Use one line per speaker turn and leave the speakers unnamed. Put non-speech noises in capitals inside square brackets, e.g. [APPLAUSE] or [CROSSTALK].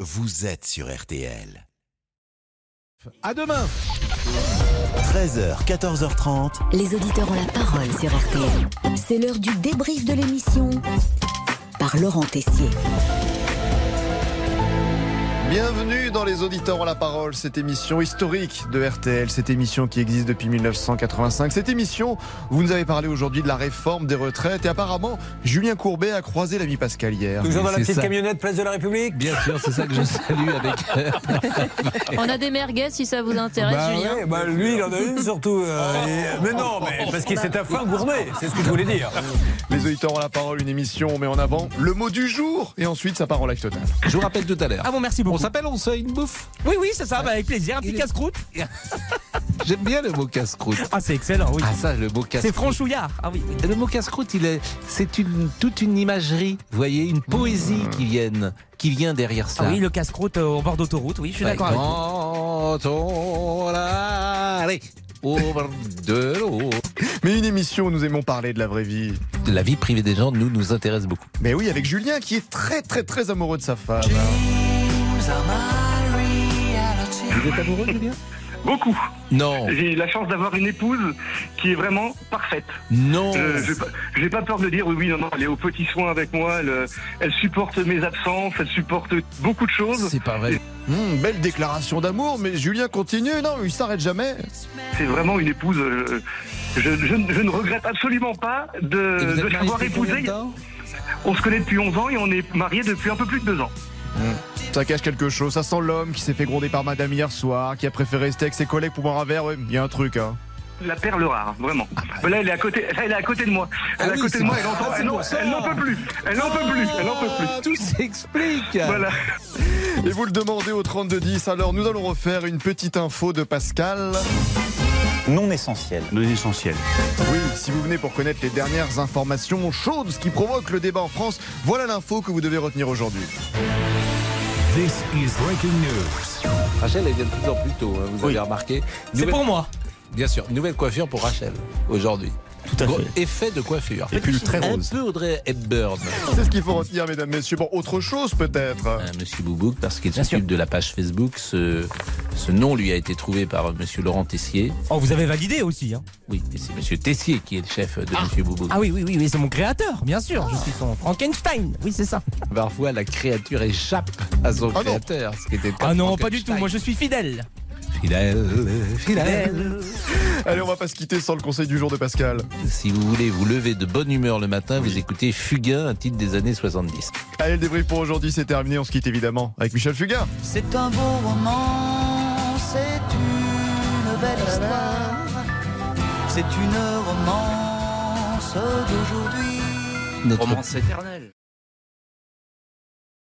vous êtes sur RTL.
À demain
13h, 14h30.
Les auditeurs ont la parole sur RTL. C'est l'heure du débrief de l'émission par Laurent Tessier.
Bienvenue dans les auditeurs à la parole, cette émission historique de RTL, cette émission qui existe depuis 1985. Cette émission, vous nous avez parlé aujourd'hui de la réforme des retraites et apparemment Julien Courbet a croisé l'ami Pascal hier.
Toujours dans la
c'est
petite
ça.
camionnette place de la République
Bien sûr, c'est ça que je salue avec.
On a des merguez si ça vous intéresse,
bah,
Julien.
ouais, bah, lui, il en a une surtout.
Oh.
euh, et- Mais non, mais parce qu'il s'est à fin gourmet, c'est ce que je voulais dire.
Les auditeurs ont la parole, une émission, on met en avant le mot du jour et ensuite ça part en live total.
Je vous rappelle tout à l'heure.
Ah bon, merci
On
beaucoup.
s'appelle, on se fait une bouffe.
Oui, oui, c'est ça, bah, avec plaisir. Un petit
Il est-
casse-croûte.
[LAUGHS] J'aime bien le mot casse-croûte.
Ah, c'est excellent, oui.
Ah ça, le mot casse-croûte.
c'est franchouillard. Ah oui.
Le mot casse-croûte, il est, c'est une, toute une imagerie, vous voyez, une poésie qui vienne, qui vient derrière
Ah
cela.
oui, le casse-croûte euh, au bord d'autoroute, oui, je suis
Ouais,
d'accord avec vous.
Quand on allait au bord de l'eau.
Mais une émission où nous aimons parler de la vraie vie.
La vie privée des gens, nous, nous intéresse beaucoup.
Mais oui, avec Julien qui est très très très amoureux de sa femme.
Vous êtes amoureux, Julien
Beaucoup.
Non,
J'ai la chance d'avoir une épouse qui est vraiment parfaite.
non.
Euh, j'ai pas- J'ai pas peur de dire oui, oui, non, non, elle est aux petits soins avec moi, elle, euh, elle supporte mes absences, elle supporte beaucoup de choses.
C'est pas vrai.
Hum, belle déclaration d'amour, mais Julien continue, non, il s'arrête jamais.
C'est vraiment une épouse. euh, je, je ne- je ne regrette absolument pas de,
Et vous
de
êtes mariés
l'avoir
depuis combien de
épousée.
temps
On se connaît depuis 11 ans et on est mariés depuis un peu plus de deux ans.
Ça cache quelque chose, ça sent l'homme qui s'est fait gronder par madame hier soir, qui a préféré rester avec ses collègues pour boire un verre, ouais, il y a un truc hein.
La perle rare, vraiment. là, elle est à côté, là, elle est à côté de moi.
bah,
Elle est
Ah
à
oui,
côté
c'est
de moi,
pour-
elle entend-
ah, c'est
elle n'en
pour ça.
elle n'en peut plus. Elle n'en peut plus, elle n'en peut plus.
Ah, Tout s'explique.
Voilà.
Et vous le demandez au 3210, alors nous allons refaire une petite info de Pascal.
non essentiel.
Non essentiel.
Oui, si vous venez pour connaître les dernières informations chaudes ce qui provoque le débat en France, voilà l'info que vous devez retenir aujourd'hui.
This is breaking news.
Rachel, elle vient de plus en plus tôt, hein, vous avez remarqué.
C'est
Nouvelle-
pour moi.
Bien sûr, nouvelle coiffure pour Rachel aujourd'hui.
Tout à
Gros
fait.
effet de coiffure.
Et puis très
Un
rose.
peu Audrey Hepburn. hein,
C'est ce qu'il faut retenir, mesdames, messieurs. Bon, autre chose peut-être.
Euh, Monsieur Boubouk, parce qu'il s'occupe de la page Facebook, ce, ce nom lui a été trouvé par euh, Monsieur Laurent Tessier.
Oh, vous avez validé aussi. Hein.
Oui, et c'est Monsieur Tessier qui est le chef de Monsieur Boubouk.
Ah oui, oui, oui, oui c'est mon créateur, bien sûr. Je suis son Frankenstein. Oui, c'est ça.
Parfois, la créature échappe à son
Ah non.
créateur, ce qui était
Ah non, pas du tout. Moi, je suis fidèle.
Fidèle, fidèle.
Allez, on va pas se quitter sans le conseil du jour de Pascal.
Si vous voulez vous lever de bonne humeur le matin, vous écoutez Fugain, un titre des années 70.
Allez, le débrief pour aujourd'hui, c'est terminé. On se quitte évidemment avec Michel Fugain.
C'est un beau roman, c'est une belle histoire, c'est une romance d'aujourd'hui.
Notre
éternelle.